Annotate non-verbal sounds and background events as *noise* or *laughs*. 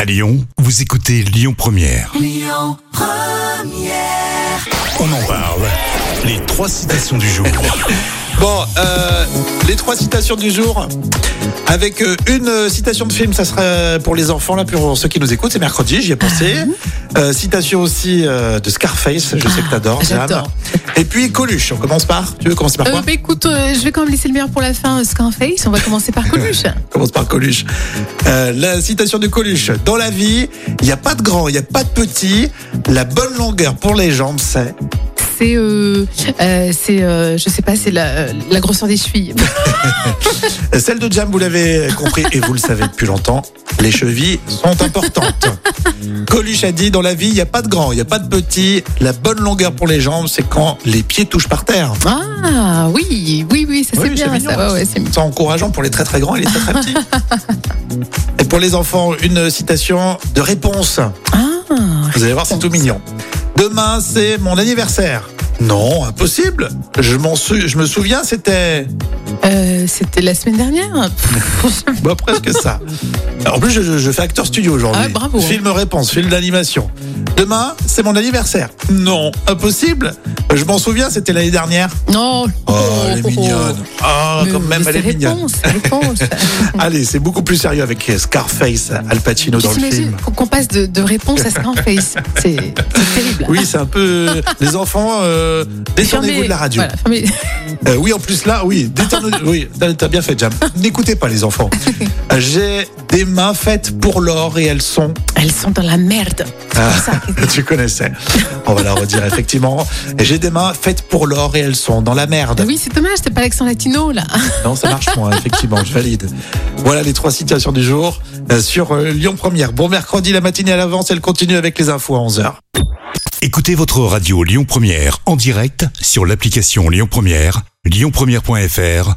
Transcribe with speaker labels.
Speaker 1: À Lyon, vous écoutez Lyon Première. On en parle. Les trois citations du jour.
Speaker 2: Bon, euh, les trois citations du jour. Avec euh, une euh, citation de film, ça sera pour les enfants, là, pour ceux qui nous écoutent, c'est mercredi, j'y ai pensé.
Speaker 3: Ah.
Speaker 2: Euh, citation aussi euh, de Scarface, je sais que t'adores, Sam.
Speaker 3: j'adore.
Speaker 2: Et puis Coluche, on commence par Tu veux commencer par
Speaker 3: Euh,
Speaker 2: quoi
Speaker 3: bah, écoute, euh, je vais quand même laisser le meilleur pour la fin, euh, Scarface. On va commencer par
Speaker 2: *laughs*
Speaker 3: Coluche.
Speaker 2: On commence par Coluche. Euh, la citation de Coluche. Dans la vie, il n'y a pas de grand, il n'y a pas de petit. La bonne longueur pour les jambes, c'est...
Speaker 3: C'est, euh, euh, c'est, euh, je sais pas, c'est la, euh, la grosseur
Speaker 2: *laughs*
Speaker 3: des chevilles.
Speaker 2: Celle de Jam, vous l'avez compris et vous le savez depuis longtemps, les chevilles sont importantes. Coluche a dit dans la vie, il n'y a pas de grand, il n'y a pas de petit. La bonne longueur pour les jambes, c'est quand les pieds touchent par terre.
Speaker 3: Ah oui, oui, oui, ça c'est
Speaker 2: Oui,
Speaker 3: bien.
Speaker 2: mignon.
Speaker 3: ça, ouais, ouais, c'est mignon.
Speaker 2: C'est encourageant pour les très très grands et les très très
Speaker 3: *laughs*
Speaker 2: petits. Et pour les enfants, une citation de réponse.
Speaker 3: Ah,
Speaker 2: Vous allez voir, c'est tout mignon. Demain, c'est mon anniversaire. Non, impossible. Je, m'en sou- je me souviens, c'était
Speaker 3: euh, c'était la
Speaker 2: *laughs*
Speaker 3: semaine dernière. Pff,
Speaker 2: Bah, presque
Speaker 3: *laughs*
Speaker 2: ça. En plus, je, je- je fais acteur studio aujourd'hui.
Speaker 3: Ah, bravo.
Speaker 2: Film réponse, film d'animation. Demain, c'est mon anniversaire. Non, impossible. Je m'en souviens, c'était l'année dernière.
Speaker 3: non.
Speaker 2: Oh, elle est mignonne. Oh,
Speaker 3: Mais-
Speaker 2: quand même,
Speaker 3: mais
Speaker 2: elle est
Speaker 3: c'est
Speaker 2: mignonne.
Speaker 3: réponse, hein. réponse.
Speaker 2: Allez, c'est beaucoup plus sérieux avec Scarface, Al Pacino
Speaker 3: Tu
Speaker 2: *laughs* dans le
Speaker 3: t'imagines
Speaker 2: film.
Speaker 3: qu'on- qu'on passe de, de réponse à Scarface. C'est, c'est terrible.
Speaker 2: Oui, c'est un peu.
Speaker 3: *laughs*
Speaker 2: Les enfants, euh, détournez-vous
Speaker 3: Fermez-
Speaker 2: de la radio.
Speaker 3: voilà, fermez-
Speaker 2: Euh, oui, en plus là, oui,
Speaker 3: *laughs*
Speaker 2: détournez- oui, t'as t'as bien fait, Jam. N'écoutez pas les enfants. J'ai des mains faites pour l'or et elles sont
Speaker 3: Elles sont dans la merde.
Speaker 2: Ah, *laughs* tu connaissais. On va la redire, effectivement. J'ai des mains faites pour l'or et elles sont dans la merde.
Speaker 3: Oui, c'est dommage, t'as pas l'accent latino là.
Speaker 2: Non, ça marche moins, effectivement, je valide. Voilà les trois citations du jour euh, sur euh, Lyon Première. Bon mercredi, la matinée à l'avance, elle continue avec les infos à 11h.
Speaker 1: Écoutez votre radio Lyon Première en direct sur l'application Lyon Première, lyonpremière.fr